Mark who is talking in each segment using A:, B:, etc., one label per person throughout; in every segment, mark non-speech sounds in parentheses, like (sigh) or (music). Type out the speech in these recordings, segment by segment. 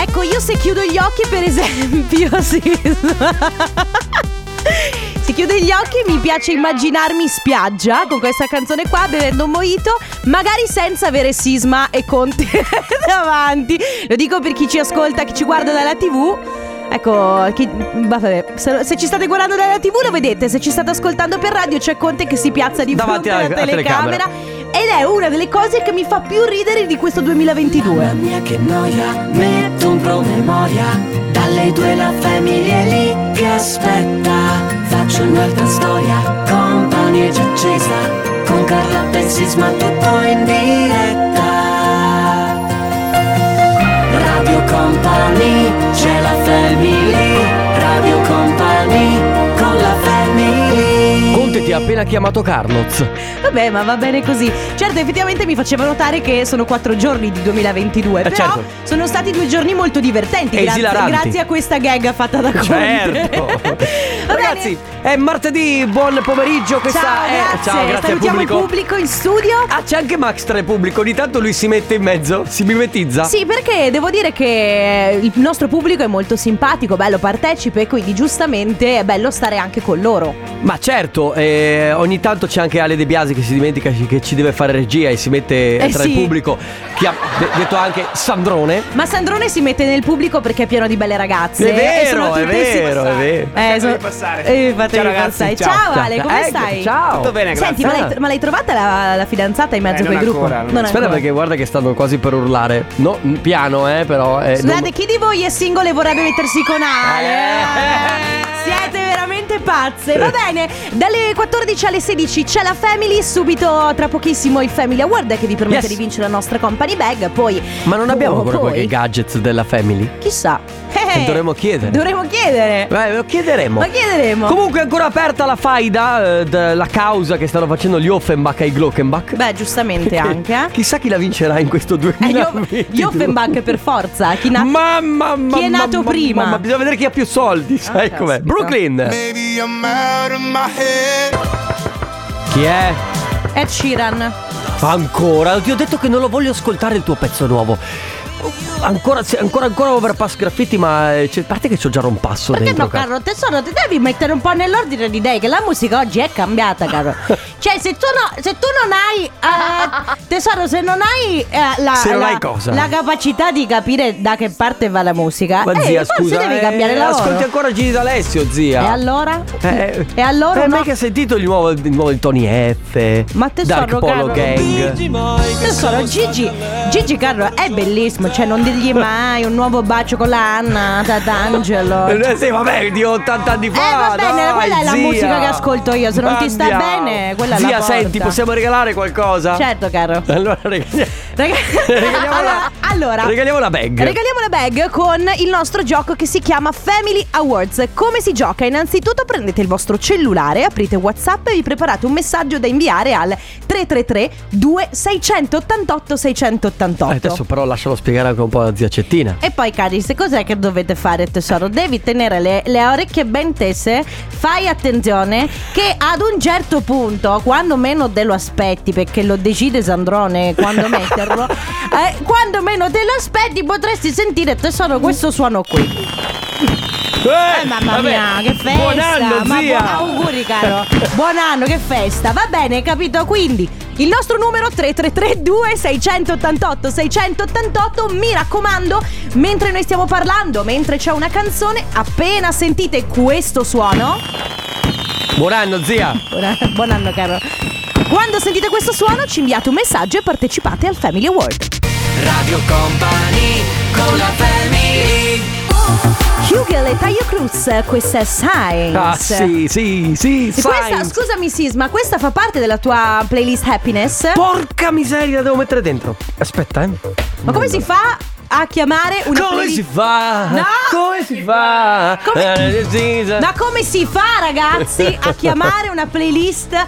A: Ecco, io se chiudo gli occhi, per esempio, (laughs) sì. Se chiudo gli occhi mi piace immaginarmi in spiaggia con questa canzone qua, bevendo un mojito, magari senza avere sisma e conti (laughs) davanti. Lo dico per chi ci ascolta, chi ci guarda dalla TV. Ecco, chi- vabbè, se, se ci state guardando dalla TV lo vedete, se ci state ascoltando per radio c'è Conte che si piazza di
B: Davanti
A: fronte alla,
B: alla- alla
A: telecamera. Ed è una delle cose che mi fa più ridere di questo 2022.
C: mia che noia, metto un promemoria Dalle due la famiglia è lì che aspetta Faccio un'altra storia, compagnia già accesa Con Carlotta e Sisma tutto in diretta Radio Company, c'è la family Radio Company, con la family
B: Conte ti ha appena chiamato Carloz.
A: Vabbè, ma va bene così. Certo, effettivamente mi faceva notare che sono quattro giorni di 2022.
B: Eh,
A: però
B: certo.
A: sono stati due giorni molto divertenti.
B: E
A: Grazie,
B: esilaranti.
A: grazie a questa gag fatta da Conte.
B: Certo.
A: (laughs) Va bene.
B: Ragazzi, è martedì, buon pomeriggio. Questa
A: Ciao,
B: è
A: grazie.
B: Ciao, grazie al
A: Salutiamo
B: pubblico.
A: il pubblico in studio.
B: Ah, c'è anche Max tra il pubblico. Ogni tanto lui si mette in mezzo, si mimetizza.
A: Sì, perché devo dire che il nostro pubblico è molto simpatico, bello partecipe, quindi giustamente è bello stare anche con loro.
B: Ma certo, eh, ogni tanto c'è anche Ale De Biasi che si dimentica che ci deve fare regia e si mette
A: Eh
B: tra
A: sì.
B: il pubblico, che ha de- detto anche Sandrone.
A: Ma Sandrone si mette nel pubblico perché è pieno di belle ragazze.
B: È
A: e sono
B: vero, è
A: tutte sì-
B: vero, è vero.
A: Eh, sono- Eh, fatevi
D: Ciao, ragazzi,
A: passare.
D: ciao.
A: Ciao, Ale, come
B: Eh,
A: stai?
B: Ciao.
D: Tutto bene, grazie.
A: Senti, ma l'hai, ma l'hai trovata la, la fidanzata in mezzo
D: Eh,
A: a quel
D: non
A: gruppo?
D: ancora, non
B: Aspetta perché guarda che stanno quasi per urlare. No, m- piano, eh, però. eh, non-
A: Scusate, chi di voi è single e vorrebbe mettersi con Ale?
B: Eh.
A: Siete veramente pazze. Va bene, dalle 14 alle 16 c'è la Family, subito tra pochissimo il Family Award che vi permette
B: Yes.
A: di vincere la nostra company bag, poi
B: Ma non abbiamo
A: Oh,
B: ancora
A: poi?
B: qualche gadget della family?
A: chissà.
B: Eh, dovremmo chiedere.
A: Dovremmo chiedere.
B: Beh, Eh, lo chiederemo.
A: Ma chiederemo.
B: Comunque è ancora aperta la faida, eh, d- la causa che stanno facendo gli Offenbach ai Glockenbach.
A: Beh,
B: (laughs)
A: giustamente anche. eh.
B: Chissà chi la vincerà in questo
A: Eh, gli-
B: 2022.
A: Gli
B: (laughs)
A: Offenbach per forza. Chi
B: Mm.
A: na-
B: Mamma mia.
A: Chi è nato prima? Ah,
B: Ma bisogna vedere chi ha più soldi, sai com'è?
A: caspita.
B: Brooklyn.
E: Maybe I'm out of my head.
B: Chi è?
A: Ed Sheeran.
B: Ancora? Ti ho detto che non lo voglio ascoltare il tuo pezzo nuovo. Ancora, se- ancora, ancora overpass graffiti, ma eh, c'è- a parte che c'ho già rompasso
A: Perché
B: dentro.
A: no,
B: cazzo.
A: caro tesoro, ti devi mettere un po' nell'ordine di idee, che la musica oggi è cambiata,
B: (laughs)
A: caro. cioè, se tu, no- se tu non hai.
B: (laughs)
A: eh, tesoro, se non hai. eh, la,
B: Se non
A: la-
B: hai cosa?
A: la capacità di capire da che parte va la musica,
B: Ma
A: eh,
B: zia,
A: forse
B: scusa.
A: devi
B: eh,
A: cambiare la
B: Ascolti ancora Gini D'Alessio, zia.
A: E allora?
B: Eh,
A: e allora?
B: eh,
A: no?
B: ma che hai sentito il nuovo, il nuovo di Tony F
A: Ma tesoro,
B: Dark Polo
A: caro.
B: Gang
A: Tesoro, Gigi, Gigi Carlo è bellissimo, cioè non dirgli mai un nuovo bacio con la Anna D'Angelo.
B: Eh, Sì vabbè di 80 anni fa
A: Eh, va bene,
B: dai,
A: quella è la
B: zia.
A: musica che ascolto io, se non ti sta
B: Andiamo.
A: bene, quella la
B: Zia
A: porta.
B: senti possiamo regalare qualcosa?
A: Certo, caro.
B: Allora regaliamo
A: Raga-
B: Regaliamo la-
A: allora, allora,
B: regaliamo la bag.
A: Regaliamo la bag con il nostro gioco che si chiama Family Awards. Come si gioca? Innanzitutto prendete il vostro cellulare, aprite WhatsApp e vi preparate un messaggio da inviare al 333 2688 688.
B: Eh, Adesso però lasciamo spiegare anche un po' la zia Cettina
A: E poi cari, se cos'è che dovete fare tesoro? Devi tenere le, le orecchie ben tese, fai attenzione che ad un certo punto, quando meno te lo aspetti, perché lo decide Sandrone quando metterlo, eh, quando meno te lo aspetti potresti sentire tesoro questo suono qui. Eh, mamma
B: vabbè.
A: mia, che festa!
B: Buon anno
A: Ma
B: zia
A: buon- auguri, caro! Buon anno, che festa! Va bene, capito? Quindi il nostro numero 3332 688 688 mi raccomando, mentre noi stiamo parlando, mentre c'è una canzone, appena sentite questo suono,
B: Buon anno zia
A: buon anno, (laughs) buon anno, caro. Quando sentite questo suono ci inviate un messaggio e partecipate al Family Award.
B: Radio Company con la family
A: Hugel e Taio Cruz, questa è Science.
B: Ah sì sì sì
A: E questa,
B: Sainz.
A: scusami Sisma, questa fa parte della tua playlist happiness?
B: Porca miseria, la devo mettere dentro. Aspetta, eh.
A: Ma come si fa a chiamare una
B: Come
A: playlist?
B: si fa?
A: No!
B: Come si fa?
A: Come-
B: Eh, sì, sì. (laughs)
A: Ma come si fa ragazzi a chiamare una playlist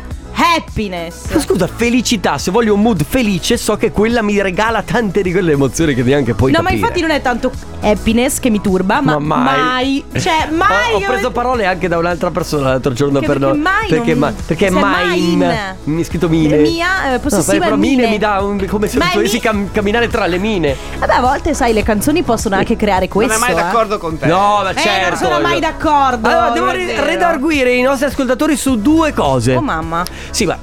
A: Happiness.
B: Scusa, felicità, se voglio un mood felice, so che quella mi regala tante di quelle emozioni che neanche puoi
A: No, ma
B: capire.
A: infatti non è tanto happiness che mi turba, ma,
B: Ma mai.
A: Cioè, mai.
B: (laughs) Ho, ho preso parole anche da un'altra persona l'altro giorno
A: Che-
B: per
A: perché
B: noi.
A: mai
B: Perché,
A: non-
B: ma, perché
A: cioè,
B: mai.
A: mine.
B: Mi è scritto mine.
A: Mia, eh, possessiva
B: no, però
A: è
B: mine.
A: mine.
B: mi dà un, come se
A: Ma è
B: dovessi
A: mi-
B: cam- camminare tra le mine.
A: Vabbè, a volte, sai, le canzoni possono anche creare questo.
D: Non è mai
A: eh.
D: d'accordo con te.
B: No, ma
A: Eh,
B: certo.
A: non sono
B: io-
A: mai d'accordo.
B: Allora, devo
A: non è
B: re-
A: vero.
B: redarguire i nostri ascoltatori su due cose.
A: Oh, mamma.
B: Sì, ma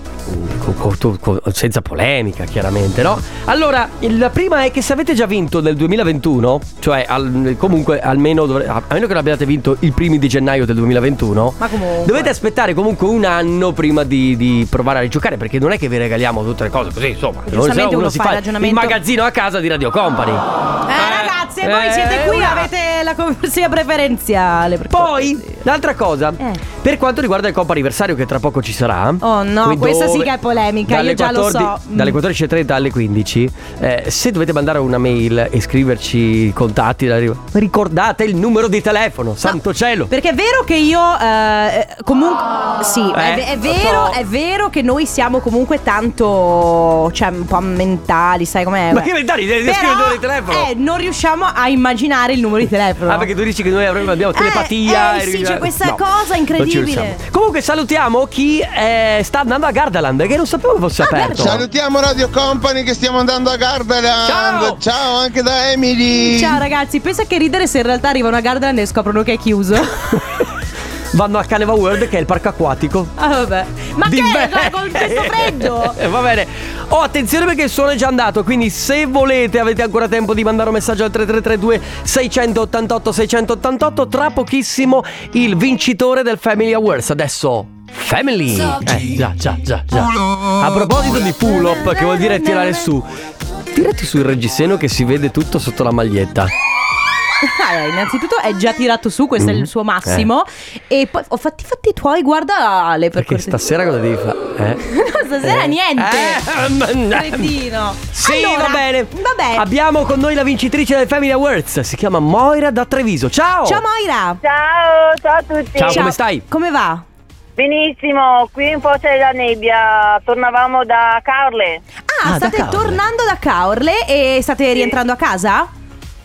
B: co- co- tu- co- senza polemica, chiaramente, no? Allora, il- la prima è che se avete già vinto nel 2021, cioè al- comunque almeno dovre- a a meno che l'abbiate vinto i primi di gennaio del 2021,
A: Ma comunque.
B: dovete aspettare comunque un anno prima di, di provare a rigiocare, perché non è che vi regaliamo tutte le cose così, insomma,
A: Giustamente
B: se no
A: uno
B: si
A: fa il ragionamento-
B: il magazzino a casa di Radio Company.
A: Eh, ragazze, voi
B: eh,
A: siete qui,
B: una-
A: avete la conversia preferenziale. per
B: Poi,
A: cortesia.
B: l'altra cosa,
A: Eh.
B: per quanto riguarda il Coppa Anniversario che tra poco ci sarà.
A: Oh no,
B: qui
A: questa
B: dove-
A: sì che è polemica,
B: dalle
A: io già lo so.
B: 14
A: Mm.
B: Dalle 14.30 alle 15, eh, se dovete mandare una mail e scriverci i contatti, la ri- ricordate il numero di telefono, santo cielo.
A: Perché è vero che io eh, comunque sì, è,
B: Eh,
A: è
B: lo
A: vero,
B: so.
A: è vero che noi siamo comunque tanto cioè un po' mentali, sai com'è?
B: Ma
A: beh.
B: che mentali, devi
A: Però,
B: scrivere il numero di telefono.
A: Eh, non riusciamo a immaginare il numero di telefono.
B: Ah, perché tu dici che noi avremmo, abbiamo
A: Eh, eh,
B: telepatia. e-
A: sì, c'è questa cosa
B: non ci
A: incredibile.
B: riusciamo. Comunque, salutiamo chi eh, sta andando a Gardaland, che non sapevo che
A: Ah,
B: fosse aperto.
E: Salutiamo Radio Company che stiamo andando a Gardaland.
B: Ciao!
E: Ciao anche da Emily.
A: Ciao ragazzi, pensa che ridere se in realtà arrivano a Gardaland e scoprono che è
B: (laughs)
A: chiuso.
B: Vanno a Caneva World, che è il parco acquatico.
A: ah, vabbè. Ma
B: Di
A: che
B: me-
A: cioè, con questo freddo?
B: (laughs) Eh, Va bene. Oh, attenzione perché il suono è già andato, quindi se volete avete ancora tempo di mandare un messaggio al 3332 688 688 tra pochissimo il vincitore del Family Awards. Adesso Family. Eh, già, già, già, già. A proposito di pull up che vuol dire tirare su. Tirati sul reggiseno che si vede tutto sotto la maglietta.
A: Allora, innanzitutto è già tirato su, questo è
B: Mm.
A: il suo massimo. E poi ho fatti i fatti tuoi, guarda Ale per
B: Eh. Perché
A: cortesia. (laughs)
B: stasera cosa devi fare? Eh?
A: No, stasera
B: Eh.
A: niente.
B: Eh, (laughs) ma-
A: Freddino.
B: Sì,
A: Allora,
B: va bene.
A: vabbè.
B: Abbiamo con noi la vincitrice del Family Awards. Si chiama Moira da Treviso. Ciao.
A: Ciao Moira.
F: Ciao, ciao a tutti.
B: Ciao, oh. Ah, come stai?
A: Come va?
F: Benissimo, qui un po' c'è la nebbia, tornavamo da Carle.
A: Ah,
B: Ah, da
A: state
B: Caorle.
A: tornando da Caorle e state rientrando a casa?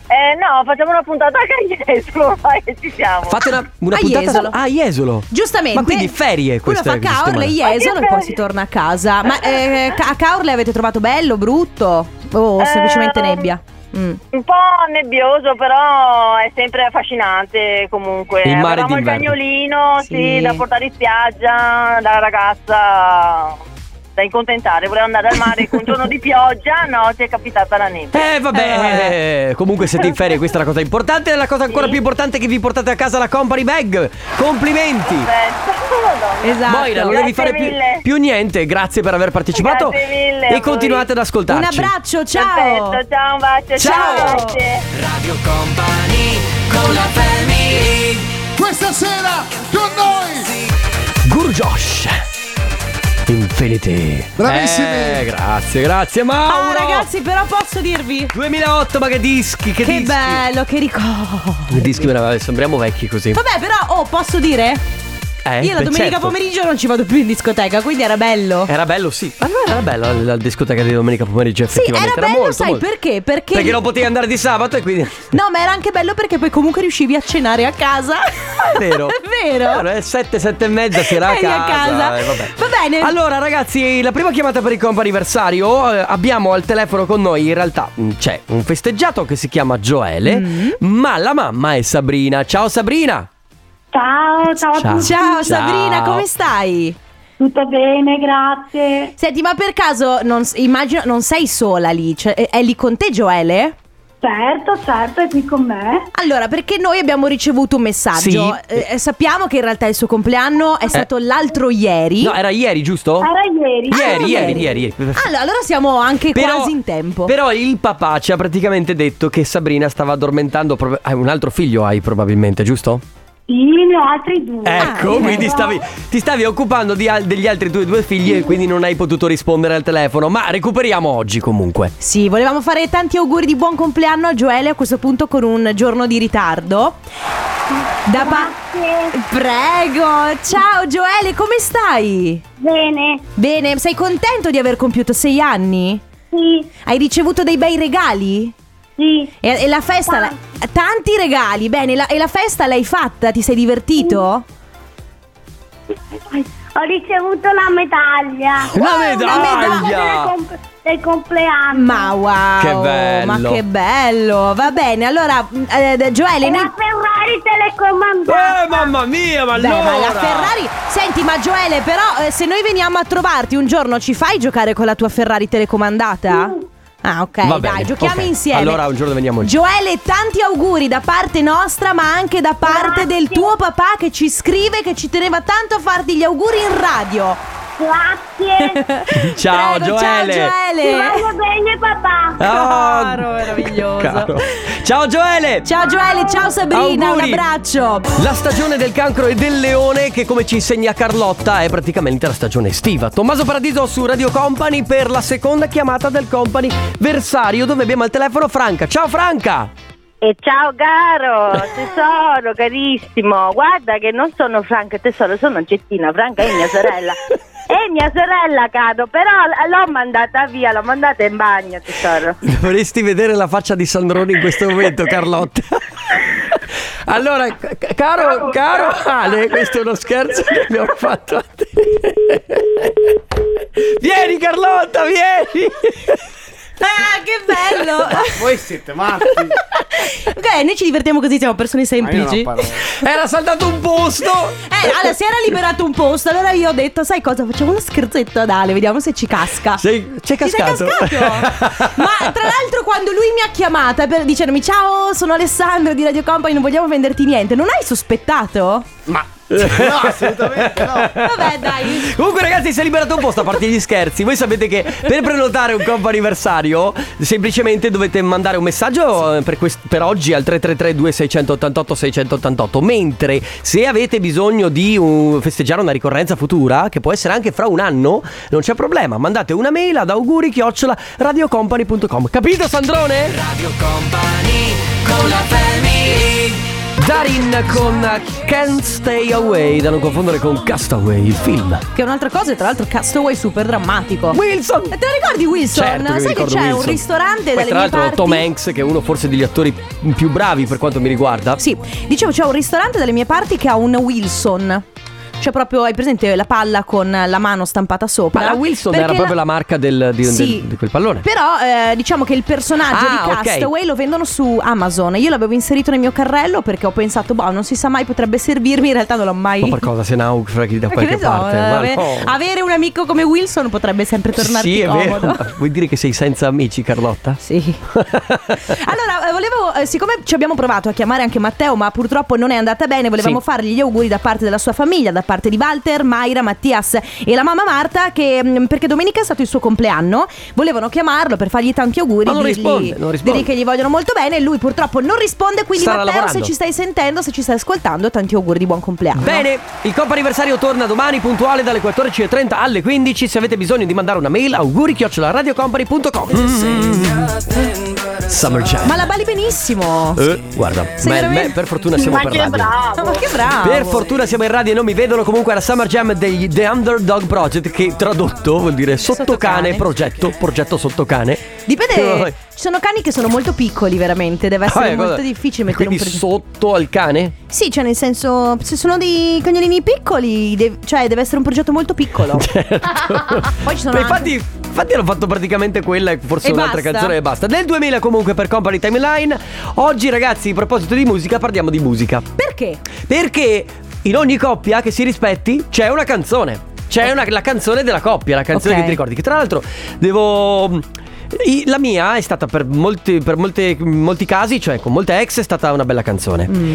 F: Eh no, facciamo una puntata a Cagliestro, (laughs) vai, ci siamo.
B: Fate una, una
A: A
B: puntata
A: Jesolo.
B: Ah, Jesolo.
A: Giustamente.
B: Ma quindi ferie
A: Uno
B: questa
A: fa Caorle,
B: settimana.
A: Jesolo e poi si torna a casa. Ma eh, ca- a Caorle avete trovato bello, brutto? O
F: Eh,
A: semplicemente nebbia? Mm.
F: Un po' nebbioso, però è sempre affascinante comunque.
B: Il mare
F: Avevamo il
B: d'inverno.
F: cagnolino, sì.
A: Sì.
F: da portare in spiaggia, la ragazza da incontentare, voleva andare al
B: (laughs)
F: mare con un giorno di pioggia, no, ci è capitata la nebbia.
B: Eh vabbè, eh, comunque siete in ferie, questa è la cosa importante e la cosa ancora
F: Sì.
B: più importante è che vi portate a casa la company bag. Complimenti.
F: Perfetto, madonna.
A: Esatto.
B: Moira, non devi
F: Grazie
B: fare più,
F: mille.
B: più niente. Grazie per aver partecipato
F: Grazie mille a
B: e
F: voi.
B: continuate ad ascoltarci.
A: Un abbraccio, ciao.
F: Perfetto, ciao, un bacio,
B: Ciao.
F: grazie.
E: Questa sera con noi.
B: Gurjosh Infinity
E: Bravissimi.
B: Eh, Grazie, grazie Mauro
A: Ah, ragazzi, però posso dirvi
B: 2008 ma che dischi, che,
A: che
B: dischi
A: bello, che ricordo.
B: Che dischi meravigliosi, sembriamo vecchi così
A: Vabbè, però, oh, posso dire?
B: Eh,
A: Io la
B: beh,
A: domenica
B: certo.
A: pomeriggio non ci vado più in discoteca, quindi era bello.
B: Era bello, sì Allora era bello la, la discoteca di domenica pomeriggio
A: Sì, era
B: effettivamente
A: bello,
B: molto,
A: sai
B: molto.
A: perché? Perché,
B: Perché non potevi andare di sabato
A: (laughs)
B: e quindi
A: No, ma era anche bello perché poi comunque riuscivi a cenare a casa.
B: È (laughs) vero.
A: È (laughs) vero.
B: È 7, 7 e mezza sera a
A: Eri
B: casa.
A: a casa.
B: eh, vabbè.
A: Va bene.
B: Allora, ragazzi, la prima chiamata per il compo anniversario. eh, abbiamo al telefono con noi, in realtà, mh, c'è un festeggiato che si chiama Joele,
A: Mm.
B: ma la mamma è Sabrina. Ciao Sabrina!
G: Ciao, ciao, a
B: Ciao.
G: tutti.
A: Ciao Sabrina,
B: Ciao.
A: come stai?
G: Tutto bene, grazie.
A: Senti, ma per caso non, s- immagino non sei sola lì, cioè, è è lì con te Joele?
G: Certo, certo, è qui con me.
A: Allora, perché noi abbiamo ricevuto un messaggio.
B: Sì. Eh.
A: Eh, eh, sappiamo che in realtà il suo compleanno è stato l'altro ieri.
B: No, era ieri, giusto?
G: Era ieri.
B: Ieri,
A: Ah,
B: ieri,
A: ieri.
B: ieri, ieri.
A: Allora, allora siamo anche
B: Però-
A: quasi in tempo.
B: Però il papà ci ha praticamente detto che Sabrina stava addormentando. prob- Hai un altro figlio, hai probabilmente, giusto?
G: Sì, ne ho altri due.
B: Ecco,
A: Ah,
B: quindi stavi, ti stavi occupando di al- degli altri tuoi due figli e quindi non hai potuto rispondere al telefono. Ma recuperiamo oggi comunque.
A: Sì, volevamo fare tanti auguri di buon compleanno a Joele a questo punto con un giorno di ritardo. Da pa-
G: Grazie.
A: Prego, ciao Gioele, come stai?
G: Bene,
A: Bene, sei contento di aver compiuto sei anni?
G: sì,
A: Hai ricevuto dei bei regali?
G: sì,
A: E, e la festa... la- tanti regali, bene, la- e la festa l'hai fatta? Ti sei divertito?
G: ho ricevuto la medaglia.
B: La Ah,
A: una
G: Del,
B: medaglia!
G: comp- del compleanno.
A: Ma wow!
B: Che bello.
A: Ma che bello! Va bene, allora, eh, Gioele,
G: E
A: noi...
G: la Ferrari telecomandata.
B: Eh, mamma mia, ma
A: Beh,
B: allora!
A: ma la Ferrari. Senti, ma Gioele, però, eh, se noi veniamo a trovarti un giorno, ci fai giocare con la tua Ferrari telecomandata? Ah, ok,
B: Mm. Va bene,
A: dai, giochiamo
B: ok.
A: insieme.
B: Allora, un giorno veniamo lì.
A: Gioele, tanti auguri da parte nostra, ma anche da parte
G: Grazie.
A: del tuo papà che ci scrive, che ci teneva tanto a farti gli auguri in radio. Eh. (laughs)
G: Grazie.
B: Ciao,
A: Prego,
B: Gioele!
A: Ciao,
G: Ti
A: Gioele.
G: voglio bene papà.
B: Ah,
A: Caro, meraviglioso.
B: caro. Ciao, Gioele!
A: Ciao Gioele, ciao Sabrina,
B: Auguri.
A: un abbraccio.
B: La stagione del cancro e del leone che come ci insegna Carlotta è praticamente la stagione estiva. Tommaso Paradiso su Radio Company per la seconda chiamata del Company Versario dove abbiamo al telefono Franca. Ciao Franca!
F: E ciao caro, tesoro, carissimo. Guarda che non sono Franca e tesoro, sono Gettina. Franca è mia sorella. È mia sorella, caro, però l'ho mandata via, l'ho mandata in bagno, tesoro.
B: Dovresti vedere la faccia di Sandrone in questo momento Carlotta. Allora, c- c- caro, caro Ale, questo è uno scherzo che abbiamo fatto a te. Vieni Carlotta, vieni!
A: Ah, che
B: (laughs)
A: bello!
D: Voi siete matti.
A: (laughs) ok, noi ci divertiamo così, siamo persone
D: Ma io
A: semplici.
D: non ho parole.
B: Era saltato un posto!
A: Eh, allora si era liberato un posto, allora io ho detto, sai cosa, facciamo uno scherzetto ad Ale, vediamo se ci casca.
B: Sei, c'è
A: Ci sei
B: cascato.
A: cascato? (laughs) Ma tra l'altro quando lui mi ha chiamata per dicendomi ciao sono Alessandro di Radio Company non vogliamo venderti niente, non hai sospettato?
D: Ma no, assolutamente no.
A: Vabbè dai.
B: Comunque ragazzi si è liberato un posto a parte gli scherzi Voi sapete che per prenotare un compo anniversario Semplicemente dovete mandare un messaggio eh, per, quest- per oggi al 333 2688 688 Mentre se avete bisogno di uh, festeggiare una ricorrenza futura Che può essere anche fra un anno Non c'è problema Mandate una mail ad auguri chiocciola radiocompany.com Capito Sandrone? Radio Company con la Darin con Can't Stay Away Da non confondere con Castaway il film
A: Che è un'altra cosa, tra l'altro Castaway super drammatico.
B: Wilson!
A: E te lo ricordi Wilson?
B: Certo mi
A: Sai che
B: ricordo
A: c'è un
B: Wilson.
A: ristorante
B: Poi,
A: dalle
B: tra
A: mie
B: l'altro
A: parti?
B: Tom Hanks che è uno forse degli attori più bravi per quanto mi riguarda
A: Sì, dicevo c'è un ristorante dalle mie parti che ha un Wilson. Cioè proprio, hai presente la palla con la mano stampata sopra?
B: Ma la Wilson
A: Perché
B: era proprio la marca del, di,
A: Sì.
B: del- di quel pallone
A: Però eh, diciamo che il personaggio
B: Ah,
A: di
B: ok.
A: Castaway lo vendono su Amazon. Io l'avevo inserito nel mio carrello perché ho pensato, boh, non si sa mai, potrebbe servirmi. In realtà non l'ho mai.
B: Ma per
A: (laughs)
B: cosa se naufraghi Oh, da
A: Ma che
B: qualche
A: ne so, eh, Ah,
B: parte? Ma
A: ave-
B: no.
A: avere un amico come Wilson potrebbe sempre tornarti
B: Sì è
A: comodo.
B: vero (laughs) Ma Vuoi dire che sei senza amici Carlotta?
A: Sì. (laughs) allora, eh, volevo, eh, siccome ci abbiamo provato a chiamare anche Matteo, ma purtroppo non è andata bene, volevamo
B: Sì.
A: fargli gli auguri da parte della sua famiglia, da parte di Walter, Mayra, Mattias e la mamma Marta, che, mh, perché domenica è stato il suo compleanno, volevano chiamarlo per fargli tanti auguri,
B: Ma non
A: dirgli,
B: risponde, non risponde.
A: dirgli che gli vogliono molto bene, lui purtroppo non risponde, quindi
B: Starà
A: Matteo
B: lavorando.
A: se ci stai sentendo, se ci stai ascoltando, tanti auguri di buon compleanno.
B: Bene, il compo anniversario torna domani puntuale dalle 14.30 alle 15. Se avete bisogno di mandare una mail, auguri chioccioladradiocompany.com. Summer Jam.
A: Ma la bali benissimo.
B: Eh, guarda,
A: Sei
B: beh,
A: veramente-
B: beh, per fortuna siamo
F: Ma
B: per
F: che
B: radio.
F: bravo!
A: Ma che bravo.
B: Eh. Per fortuna siamo in radio e non mi vedono comunque alla Summer Jam degli The Underdog Project che tradotto vuol dire sottocane,
A: Sottocane.
B: progetto, progetto sottocane.
A: Dipende,
B: Eh,
A: ci sono cani che sono molto piccoli veramente, deve essere
B: eh,
A: molto
B: cosa-
A: difficile mettere
B: Quindi
A: un progetto.
B: sotto al cane?
A: Sì, cioè nel senso, se sono dei cagnolini piccoli, de- cioè deve essere un progetto molto
B: (laughs)
A: piccolo. Poi ci sono
B: Beh,
A: anche-
B: Certo. infatti, infatti hanno fatto praticamente quella e forse
A: E
B: un'altra
A: basta.
B: canzone e basta. Nel 2000 comunque per Company Timeline. Oggi ragazzi, a proposito di musica, parliamo di musica.
A: Perché?
B: Perché in ogni coppia che si rispetti c'è una canzone. C'è una- la canzone della coppia, la canzone
A: Ok.
B: che ti ricordi. Che tra l'altro devo. i- La mia è stata per, molti, per molte- molti casi, cioè con molte ex, è stata una bella canzone.
A: Mm.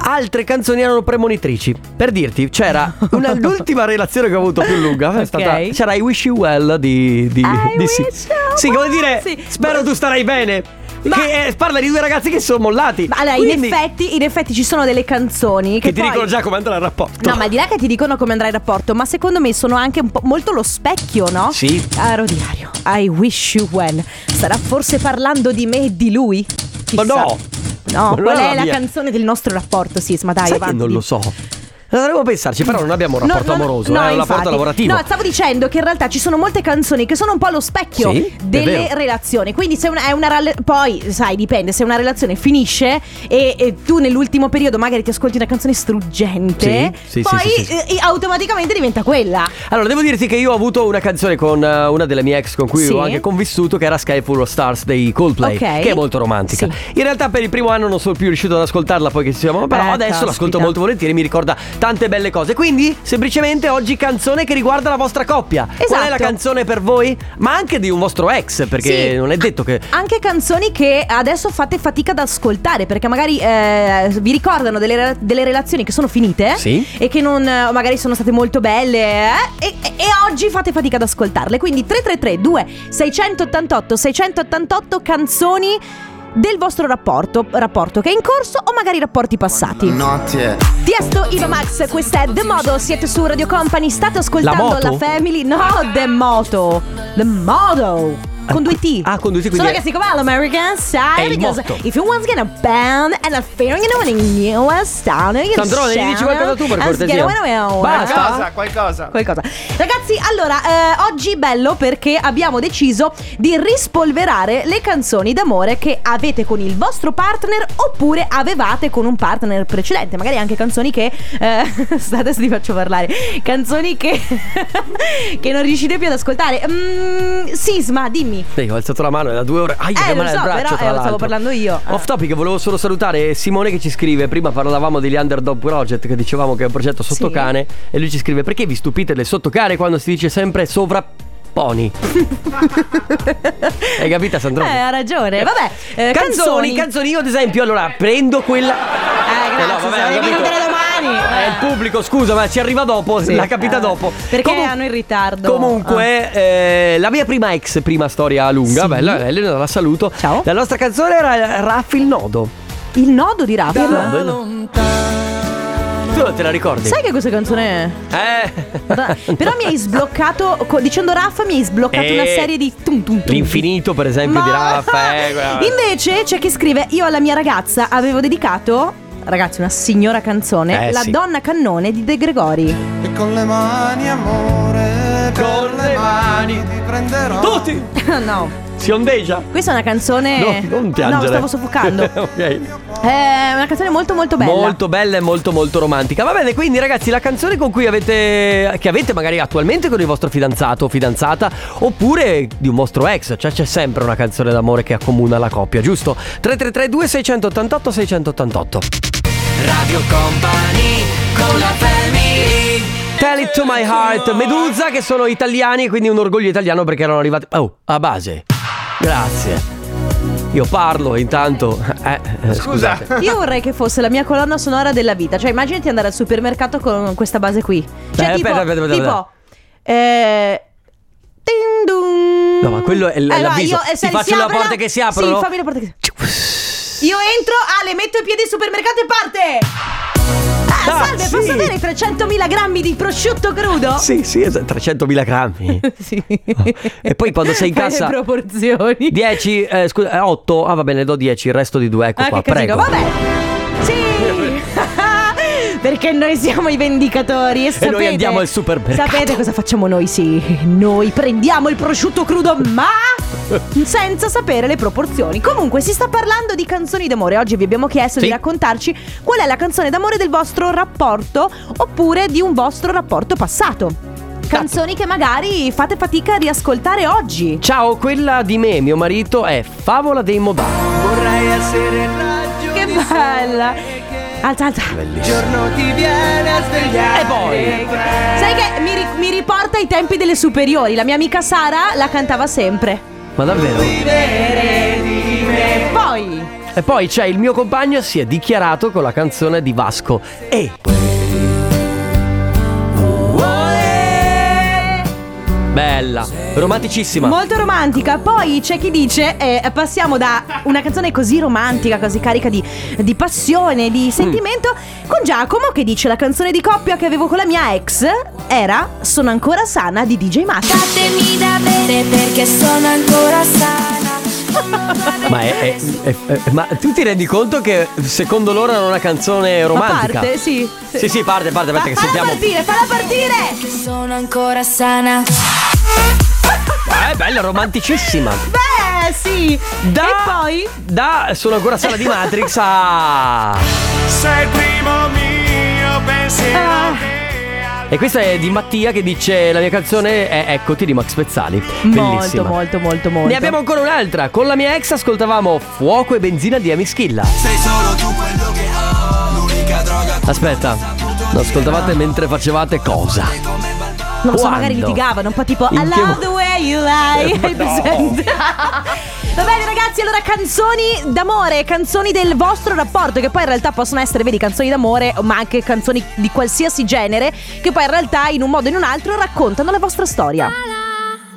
B: Altre canzoni erano premonitrici. Per
A: (laughs)
B: dirti, c'era una- l'ultima relazione che ho avuto più lunga. È
A: Ok.
B: stata, c'era I Wish You Well di. di,
A: I
B: di sì.
A: wish you
B: Sì, come
A: well,
B: dire,
A: sì.
B: spero tu starai bene.
A: Ma-
B: che eh, parla di due ragazzi che si sono mollati.
A: Ma allora, in
B: Quindi-
A: effetti, in effetti ci sono delle canzoni che,
B: Che ti
A: poi-
B: dicono già come andrà il rapporto.
A: No, ma al di là che ti dicono come andrà il rapporto, ma secondo me sono anche un po' molto lo specchio, no?
B: Sì.
A: Caro diario, I wish you well. Starà forse parlando di me e di lui?
B: Ma
A: Chissà.
B: no!
A: No,
B: Non
A: qual
B: era
A: è
B: la
A: la
B: mia.
A: canzone del nostro rapporto, Sisma? Dai,
B: Sai che
A: avanti.
B: non lo so. Dovremmo pensarci, però non abbiamo un
A: No,
B: rapporto
A: no, no,
B: amoroso, eh,
A: no,
B: è un rapporto
A: infatti.
B: lavorativo.
A: No, stavo dicendo che in realtà ci sono molte canzoni che sono un po' lo specchio
B: Sì, è
A: delle
B: vero.
A: relazioni. Quindi se una, è una rale- poi sai, dipende, se una relazione finisce e, e tu nell'ultimo periodo magari ti ascolti una canzone struggente,
B: Sì, sì,
A: poi
B: sì, sì, sì.
A: eh, automaticamente diventa quella.
B: Allora, devo dirti che io ho avuto una canzone con eh, una delle mie ex con cui
A: Sì.
B: ho anche convissuto, che era Sky Full of Stars dei Coldplay,
A: Ok.
B: che è molto romantica.
A: Sì.
B: In realtà per il primo anno non sono più riuscito ad ascoltarla poi che ci siamo, però
A: Eh,
B: adesso
A: caspita.
B: l'ascolto molto volentieri, mi ricorda tante belle cose. Quindi, semplicemente oggi canzone che riguarda la vostra coppia. Qual è
A: Esatto.
B: la canzone per voi? Ma anche di un vostro ex, perché
A: Sì.
B: non è detto che
A: Anche canzoni che adesso fate fatica ad ascoltare perché magari eh, vi ricordano delle, delle relazioni che sono finite
B: Sì.
A: e che non eh, magari sono state molto belle eh, e, e- e oggi fate fatica ad ascoltarle. Quindi 333 2 688 688 canzoni del vostro rapporto, rapporto che è in corso o magari rapporti passati. Tiesto, Iva Max, questa è The Modo, siete su Radio Company, state ascoltando
B: moto?
A: la, Family, no, The Moto, The Modo, con due T.
B: Ah, con due T, quindi
A: Sono
B: è-
A: ragazzi come all'American
B: È
A: side,
B: il
A: because
B: motto.
A: if you once get a band and a feeling you know in US town, you
B: Sandrone, gli dici qualcosa tu, per
A: and
B: cortesia?
A: get away now.
B: Basta?
E: Qualcosa, qualcosa.
A: Qualcosa. Ragazzi, allora, eh, oggi bello perché abbiamo deciso di rispolverare le canzoni d'amore che avete con il vostro partner oppure avevate con un partner precedente. Magari anche canzoni che. eh, (laughs) adesso ti faccio parlare. Canzoni che. (laughs) che non riuscite più ad ascoltare. Mm, Sisma, dimmi.
B: Sì, ho alzato la mano, è da due ore. Aia,
A: Eh,
B: che
A: lo
B: male al
A: so,
B: braccio,
A: però, eh, lo
B: tra
A: stavo
B: l'altro.
A: parlando io. Ah.
B: Off topic, volevo solo salutare Simone che ci scrive. Prima parlavamo degli Underdog Project, che dicevamo che è un progetto sottocane. E lui ci scrive: Perché vi stupite del sottocane quando si dice
A: (laughs)
B: sempre sovrapponi? Hai capito, Sandro?
A: Eh, ha ragione. Vabbè, eh,
B: canzoni,
A: canzoni.
B: canzoni. Io, ad esempio, allora prendo quella.
A: Eh, grazie.
B: Eh, no, vabbè,
A: se la
B: ho
A: devi
B: capito.
A: cantare domani. Eh.
B: È Eh, il pubblico, scusa, ma ci arriva dopo,
A: Ah. Sì.
B: l'ha capita
A: Eh,
B: dopo.
A: perché erano in ritardo. Ah.
B: Comunque, eh, la mia prima ex, prima storia lunga,
A: Sì.
B: bella, Elena la saluto.
A: Ciao.
B: La nostra canzone era Raffi il nodo.
A: Il nodo di Rafa.
B: Il nodo, il nodo. Tu non te la ricordi?
A: Sai che questa canzone è? Madonna,
B: (laughs) Eh.
A: Però mi hai sbloccato, co- dicendo Raffa, mi hai sbloccato
B: Eh,
A: una serie di... tum, tum, tum.
B: L'infinito, per esempio, di
A: Ma- (laughs)
B: Raffa. eh, guarda.
A: Invece c'è chi scrive, io alla mia ragazza avevo dedicato, ragazzi, una signora canzone,
B: Eh,
A: La
B: sì.
A: donna cannone di De Gregori.
H: E con le mani, amore,
B: Con le mani
H: ti prenderò.
B: Tutti!
A: (laughs) no,
B: Si ondeggia.
A: questa è una canzone...
B: No, non piangere.
A: Eh. No, stavo soffocando.
B: (laughs)
A: Eh,
B: ok.
A: è una canzone molto molto bella.
B: Molto bella e molto molto romantica. Va bene, quindi ragazzi, la canzone con cui avete che avete magari attualmente con il vostro fidanzato o fidanzata oppure di un vostro ex, cioè c'è sempre una canzone d'amore che accomuna la coppia, giusto? 3332 688 688. Radio Company con la family. Tell it to my heart, Medusa che sono italiani e quindi un orgoglio italiano perché erano arrivati oh, a base. Grazie. Io parlo e intanto eh, eh,
E: Scusa.
A: Io vorrei che fosse la mia colonna sonora della vita. Cioè, immaginati andare al supermercato con questa base qui. Cioè,
B: Beh,
A: tipo,
B: aspetta, aspetta, aspetta.
A: tipo eh, ding dong.
B: No, ma quello è l-
A: Allora,
B: l'avviso.
A: io- eh,
B: Ti
A: se-
B: faccio
A: si
B: la
A: apre
B: porta che si aprono?
A: Sì, fammi la porta che si Io entro, Ale, metto i piedi al supermercato e parte. Ah,
B: Ah,
A: salve,
B: sì.
A: posso avere 300.000 grammi di prosciutto crudo?
B: Sì, sì, esatto, 300.000 grammi.
A: Oh. (laughs) Sì.
B: E poi quando sei in
A: Fai le
B: cassa-
A: proporzioni.
B: 10, eh, scusa, eh, 8. Ah, va bene, do 10, il resto di 2, ecco
A: Ah,
B: qua,
A: che casino.
B: prego.
A: Vabbè. Sì. (laughs) Perché noi siamo i vendicatori e, sapete,
B: noi andiamo al supermercato.
A: Sapete cosa facciamo noi? Sì, noi prendiamo il prosciutto crudo, ma senza sapere le proporzioni. Comunque, si sta parlando di canzoni d'amore. Oggi vi abbiamo chiesto
B: Sì.
A: di raccontarci qual è la canzone d'amore del vostro rapporto oppure di un vostro rapporto passato. Canzoni che magari fate fatica a riascoltare oggi.
B: Ciao, quella di me, mio marito, è Favola dei Modà. Vorrei essere il raggio
A: Che bella! Alza, alza.
B: giorno ti viene a svegliare. E poi
A: Sai che mi, ri- mi riporta ai tempi delle superiori. La mia amica Sara la cantava sempre.
B: Ma davvero?
A: E poi.
B: E poi c'è il mio compagno si è dichiarato con la canzone di Vasco. E Bella, romanticissima.
A: Molto romantica. Poi c'è chi dice: eh, Passiamo da una canzone così romantica, così carica di, di passione,
B: Mm.
A: di sentimento. Con Giacomo che dice: La canzone di coppia che avevo con la mia ex era Sono ancora sana di DJ Matta.
I: Datemi da bere perché sono ancora sana.
B: Ma, è- è- è- è- ma tu ti rendi conto che secondo loro era una canzone
A: Ma
B: romantica?
A: parte, sì.
B: Sì, sì, parte, parte,
A: Fa-
B: aspetta che
A: falla
B: sentiamo.
A: partire, falla partire!
C: Sono ancora sana.
B: Eh, bella, romanticissima.
A: Beh, sì!
B: Da,
A: E poi?
B: Da Sono ancora sala di Matrix a...
E: Sei il primo mio pensiero.
A: Ah.
B: E questa è di Mattia che dice la mia canzone è Eccoti di Max Pezzali.
A: Molto,
B: Bellissima.
A: molto, molto, molto.
B: Ne abbiamo ancora un'altra. Con la mia ex ascoltavamo Fuoco e benzina di Amischilla.
E: Sei solo tu quello che ho. L'unica droga
B: Aspetta, lo ascoltavate mentre facevate cosa?
A: Non lo so,
B: Quando?
A: magari litigavano, un po' tipo
B: In
A: I
B: che Eh,
A: love
B: mo-
A: the way you (laughs) lie. Hai
B: (laughs)
A: presente? Va bene ragazzi, allora canzoni d'amore, canzoni del vostro rapporto che poi in realtà possono essere, vedi, canzoni d'amore ma anche canzoni di qualsiasi genere che poi in realtà in un modo o in un altro raccontano la vostra storia.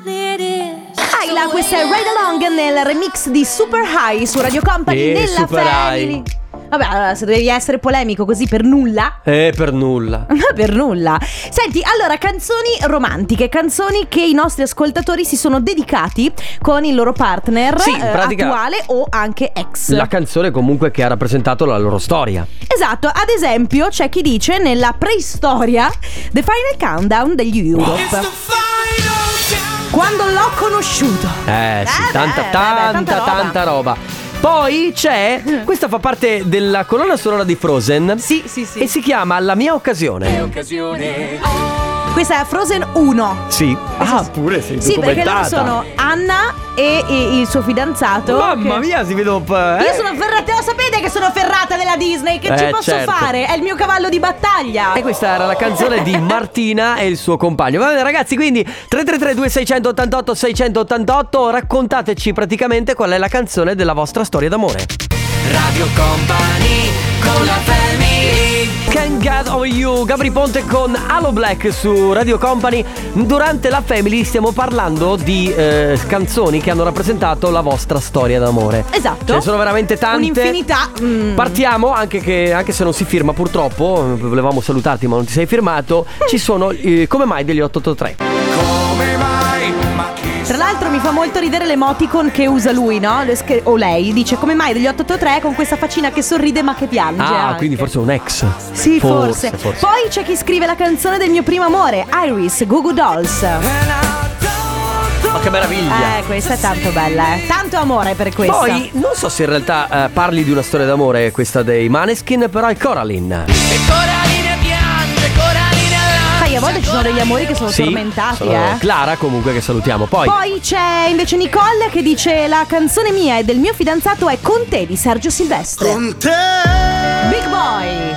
A: Ah, Ayla, questa è Ride Along nel remix di Super High su Radio Company
B: Eh,
A: nella
B: Super
A: Family. Vabbè, allora, se devi essere polemico così per nulla,
B: Eh, per nulla.
A: ma per nulla. Senti, allora, canzoni romantiche, canzoni che i nostri ascoltatori si sono dedicati con il loro partner
B: Sì, in
A: eh,
B: pratica-
A: attuale o anche ex.
B: La canzone comunque che ha rappresentato la loro storia.
A: Esatto, ad esempio c'è chi dice nella preistoria The Final Countdown degli Europe. Quando l'ho conosciuto.
B: Eh, sì,
A: beh,
B: tanta,
A: beh, beh,
B: tanta,
A: tanta
B: tanta,
A: roba. Mm.
B: roba. Poi c'è, questa fa parte della colonna sonora di Frozen.
A: Sì, sì, sì.
B: E si chiama La mia occasione.
A: Questa è Frozen 1.
B: Sì. Ah, pure sei
A: Sì, perché loro sono Anna e, e il suo fidanzato. che-
B: Mamma mia, si vedono. eh.
A: Io sono ferrata, lo sapete che sono ferrata della Disney, che
B: Eh,
A: ci posso
B: certo.
A: fare? È il mio cavallo di battaglia.
B: E questa era la canzone di Martina e il suo compagno. Va bene ragazzi, quindi 333-2688-688 raccontateci praticamente qual è la canzone della vostra storia d'amore. Radio Company con la Can Get On You, Gabri Ponte con Halo Black su Radio Company. Durante la Family stiamo parlando di eh, canzoni che hanno rappresentato la vostra storia d'amore.
A: Esatto.
B: Ce ne sono veramente tante.
A: Un'infinità. Mm.
B: Partiamo, anche, che- anche se non si firma purtroppo, eh, volevamo salutarti ma non ti sei
A: (laughs)
B: firmato, ci sono eh, come mai degli 883.
E: Come mai? Ma chi
A: Tra l'altro mi fa molto ridere l'emoticon che usa lui, no? Le sch- o lei dice come mai degli 883 con questa faccina che sorride ma che piange.
B: Ah,
A: anche.
B: quindi forse un ex.
A: Sì, forse.
B: forse.
A: Poi c'è chi scrive la canzone del mio primo amore, Iris, Goo Goo Dolls.
B: Ma che meraviglia.
A: Eh, questa è tanto bella, eh. Tanto amore per questa.
B: Poi non so se in realtà eh, parli di una storia d'amore questa dei Maneskin, però è Coraline.
A: Sai, a volte ci sono degli amori che sono
B: Sì,
A: tormentati,
B: sono
A: eh.
B: Clara comunque che salutiamo. Poi,
A: Poi c'è invece Nicole che dice la canzone mia e del mio fidanzato è Con te di Sergio Silvestre.
E: Con te
A: Big Boy.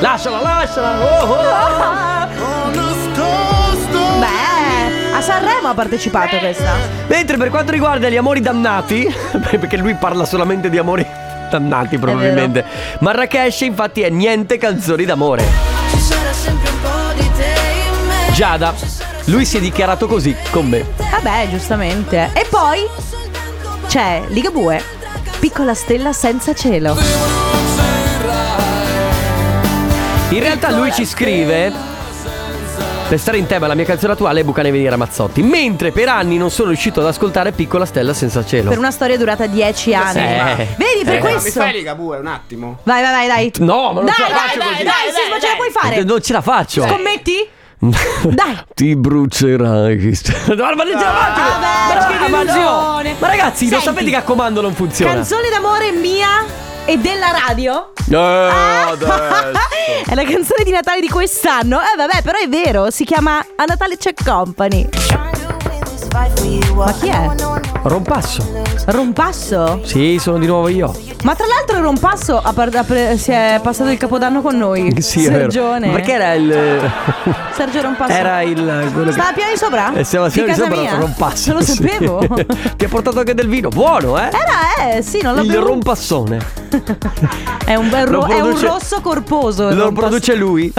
B: lasciala, lasciala. Oh, oh.
A: (laughs)
E: ho nascosto
A: Beh, a Sanremo ha partecipato questa.
B: Mentre per quanto riguarda gli amori dannati, (laughs) beh, perché lui parla solamente di amori dannati probabilmente. Marrakesh infatti è niente canzoni d'amore. Giada, lui si è dichiarato così con me.
A: Vabbè, giustamente. E poi c'è Ligabue, piccola stella senza cielo.
B: In realtà lui ci scrive per stare in tema la mia canzone attuale è Bucane venire Ramazzotti, mentre per anni non sono riuscito ad ascoltare Piccola Stella senza cielo.
A: Per una storia durata 10 anni.
B: Eh.
A: Vedi, per
B: Eh.
J: Ma mi
A: questo.
J: fai
A: Vai,
J: Ligabue un attimo?
A: vai, vai, dai.
B: No, ma non
A: Dai,
B: ce la
A: dai,
B: faccio
A: dai,
B: così.
A: dai, Sisma, ce la puoi fare.
B: Non ce la faccio.
A: Scommetti? Dai.
B: Ti brucerai. (laughs) No, ma non ce la faccio.
A: Ah, vabbè,
B: Ma-
A: che
B: ma, zio,
A: dillone.
B: ma ragazzi,
A: Senti.
B: lo sapete che a comando non funziona.
A: Canzone d'amore mia e della radio? (laughs)
B: Eh,
A: Ah. è la canzone di Natale di quest'anno. Eh vabbè, però è vero, si chiama A Natale c'è Company. Ma chi è?
B: Rompasso.
A: Rompasso?
B: Sì, sono di nuovo io.
A: Ma tra l'altro Rompasso ha par- ha pre- si è passato il capodanno con noi.
B: Sì, è vero.
A: Sergione.
B: Ma Perché era il
A: Sergio Rompasso.
B: era il quello che
A: Stava a piani sopra?
B: Eh, stava
A: Di
B: sempre
A: casa
B: sopra
A: mia?
B: Rompasso.
A: Non lo
B: sì.
A: sapevo.
B: (laughs) Ti ha portato anche del vino, buono, eh?
A: Era, eh, sì, non l'ho
B: il
A: bevuto.
B: rompassone.
A: È un, bel
B: Lo
A: ro- è un
B: produce-
A: rosso corposo. il
B: Lo
A: Rompasso. (laughs)
B: produce lui.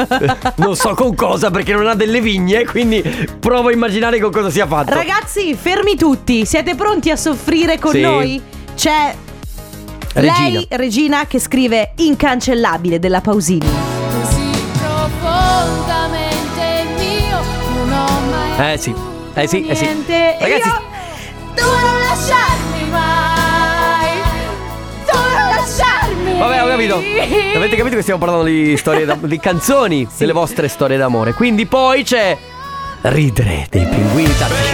B: non so con cosa perché non ha delle vigne, quindi provo a immaginare con cosa sia fatto.
A: Ragazzi, fermi tutti. Siete pronti a soffrire con
B: Sì.
A: noi? C'è
B: Regina.
A: lei, Regina, che scrive Incancellabile della Pausini.
C: Così profondamente mio, non ho mai
B: Eh sì, eh sì, eh sì.
A: Niente. E
B: Ragazzi,
A: io... Tu non lasciarmi mai. (laughs)
B: capito? Avete capito che stiamo parlando di storie d'am- di canzoni, delle vostre storie d'amore. Quindi poi c'è ridere dei pinguini tattici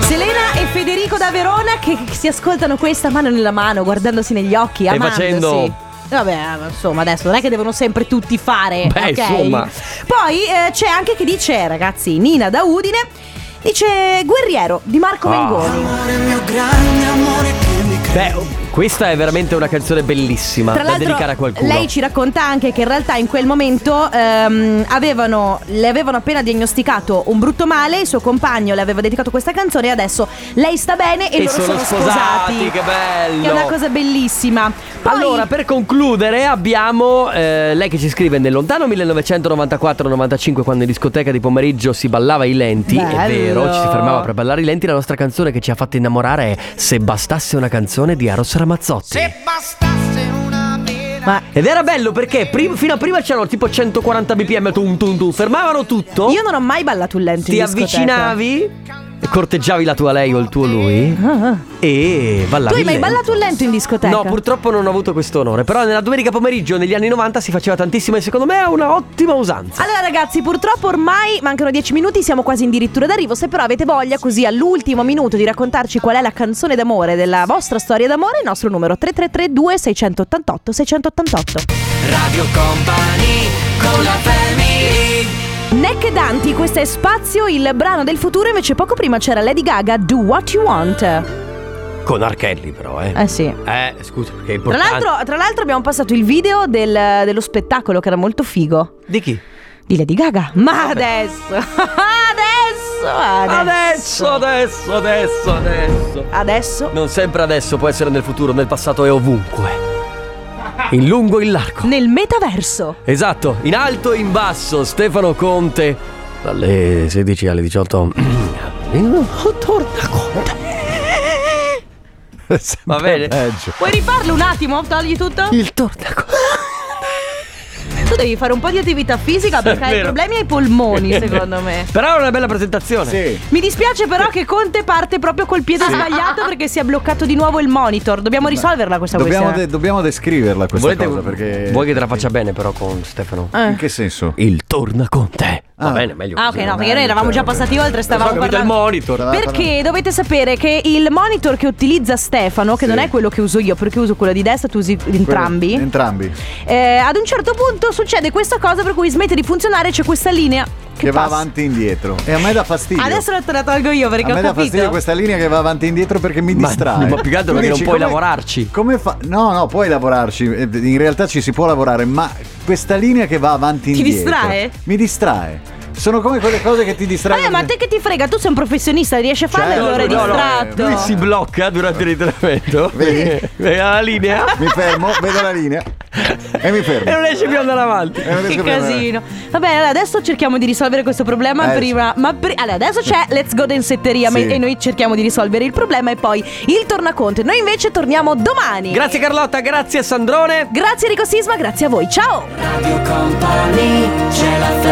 A: Selena e Federico da Verona che si ascoltano questa mano nella mano, guardandosi negli occhi, amandosi.
B: facendo-
A: Vabbè, ma insomma, adesso non è che devono sempre tutti fare.
B: Beh,
A: ok?
B: insomma.
A: Poi eh, c'è anche chi dice, ragazzi, Nina da Udine. Dice Guerriero di Marco
B: Ah.
A: Mengoni.
B: Beh, questa è veramente una canzone bellissima
A: Tra
B: da
A: l'altro,
B: dedicare a qualcuno.
A: lei ci racconta anche che in realtà in quel momento ehm, avevano, le avevano appena diagnosticato un brutto male. Il suo compagno le aveva dedicato questa canzone e adesso lei sta bene e,
B: E
A: loro
B: sono
A: sono
B: sposati, che bello.
A: Che è una cosa bellissima. Poi,
B: Allora, per concludere, abbiamo eh, lei che ci scrive nel lontano 1994-95, quando in discoteca di pomeriggio si ballava i lenti. È
A: Bello.
B: vero, ci si fermava per ballare i lenti. La nostra canzone che ci ha fatto innamorare è Se bastasse una canzone di Eros Ramazzotti.
A: ma
B: Ed era bello perché prim- fino a prima c'erano tipo 140 bpm, tum, tum, tum, fermavano tutto.
A: io non ho mai ballato un lento
B: ti
A: in discoteca.
B: avvicinavi, corteggiavi la tua lei o il tuo lui
A: Ah, ah.
B: e ballavi.
A: Tu hai
B: il
A: mai
B: lento.
A: ballato un lento in discoteca?
B: No, purtroppo non ho avuto questo onore. Però nella domenica pomeriggio negli anni 90 si faceva tantissimo e secondo me è una ottima usanza.
A: Allora ragazzi, purtroppo ormai mancano 10 minuti, siamo quasi addirittura d'arrivo, se però avete voglia così all'ultimo minuto di raccontarci qual è la canzone d'amore della vostra storia d'amore, il nostro numero 3332 688 688.
B: Radio Company con la
A: Neck e Danti, questo è Spazio, il brano del futuro, invece poco prima c'era Lady Gaga, Do What You Want. Eh
B: Con Archelli però, eh.
A: sì.
B: Eh, scusa, perché è
A: Tra
B: importante.
A: l'altro, tra l'altro abbiamo passato il video del- dello spettacolo che era molto figo.
B: Di chi?
A: Di Lady Gaga. Ma adesso! (laughs) Adesso!
B: Adesso, adesso, adesso, adesso.
A: Adesso!
B: Non sempre adesso, può essere nel futuro, nel passato e ovunque. In lungo e in largo.
A: Nel metaverso!
B: Esatto, in alto e in basso, Stefano Conte. Dalle 16 alle
D: (clears throat)
B: 18. Torna (laughs) Conte. Va bene.
A: Vuoi rifarlo un attimo? Togli tutto?
B: Il tornaco.
A: Tu devi fare un po' di attività fisica perché hai
B: vero.
A: problemi ai
B: (laughs)
A: polmoni, secondo me.
B: Però è una bella presentazione.
D: Sì.
A: Mi dispiace però che Conte parte proprio col piede sbagliato perché si è bloccato di nuovo il monitor. Dobbiamo risolverla questa
D: Dobbiamo,
A: questione.
D: de- dobbiamo descriverla questa
B: Volete,
D: cosa perché...
B: Vuoi che te la faccia bene però con Stefano?
D: In che senso?
B: Il tornaconte. Va bene, meglio.
A: Eh. Ah, ok,
B: così.
A: no, perché noi eravamo già passati oltre,
B: Ho
A: stavamo
B: capito il
A: parlando.
B: monitor.
A: Perché dovete sapere che il monitor che utilizza Stefano, che non è quello che uso io, perché uso quello di destra, tu usi entrambi.
D: Quello- Entrambi.
A: eh, ad un certo punto succede questa cosa per cui smette di funzionare, c'è questa linea che,
D: Che va
A: passa.
D: avanti e indietro. E a me dà fastidio.
A: Adesso la- te la tolgo io perché
D: a me
A: ho
D: dà
A: capito.
D: fastidio questa linea che va avanti e indietro perché mi
B: Ma-
D: distrae.
B: ma più che altro
D: Tu
B: perché non
D: dici,
B: puoi
D: come-
B: lavorarci.
D: Come fa? No, no, puoi lavorarci. Eh, In realtà ci si può lavorare, ma questa linea che va avanti e
A: Ti
D: indietro.
A: distrae?
D: Mi distrae. Sono come quelle cose che ti distraggono.
A: Vabbè, ma te che ti frega, tu sei un professionista, riesci a farlo e
D: Certo,
A: allora è
D: no, eh, no,
A: distratto.
B: Lui
D: (laughs)
B: si blocca durante l'intervento.
D: Vedi?
B: Vedi la linea.
A: (laughs)
D: Mi fermo, vedo la linea e mi fermo.
B: E non riesce più ad andare avanti.
D: E non riesco
A: Che
D: più ad andare.
A: casino. Vabbè, allora adesso cerchiamo di risolvere questo problema
D: Eh,
A: prima. Ma pri- allora, adesso c'è Let's Go Densetteria ma-
D: Sì.
A: e noi cerchiamo di risolvere il problema e poi il tornaconte. Noi invece torniamo domani.
B: Grazie Carlotta, grazie Sandrone.
A: Grazie Enrico Sisma, grazie a voi. Ciao.
C: Radio Company, c'è la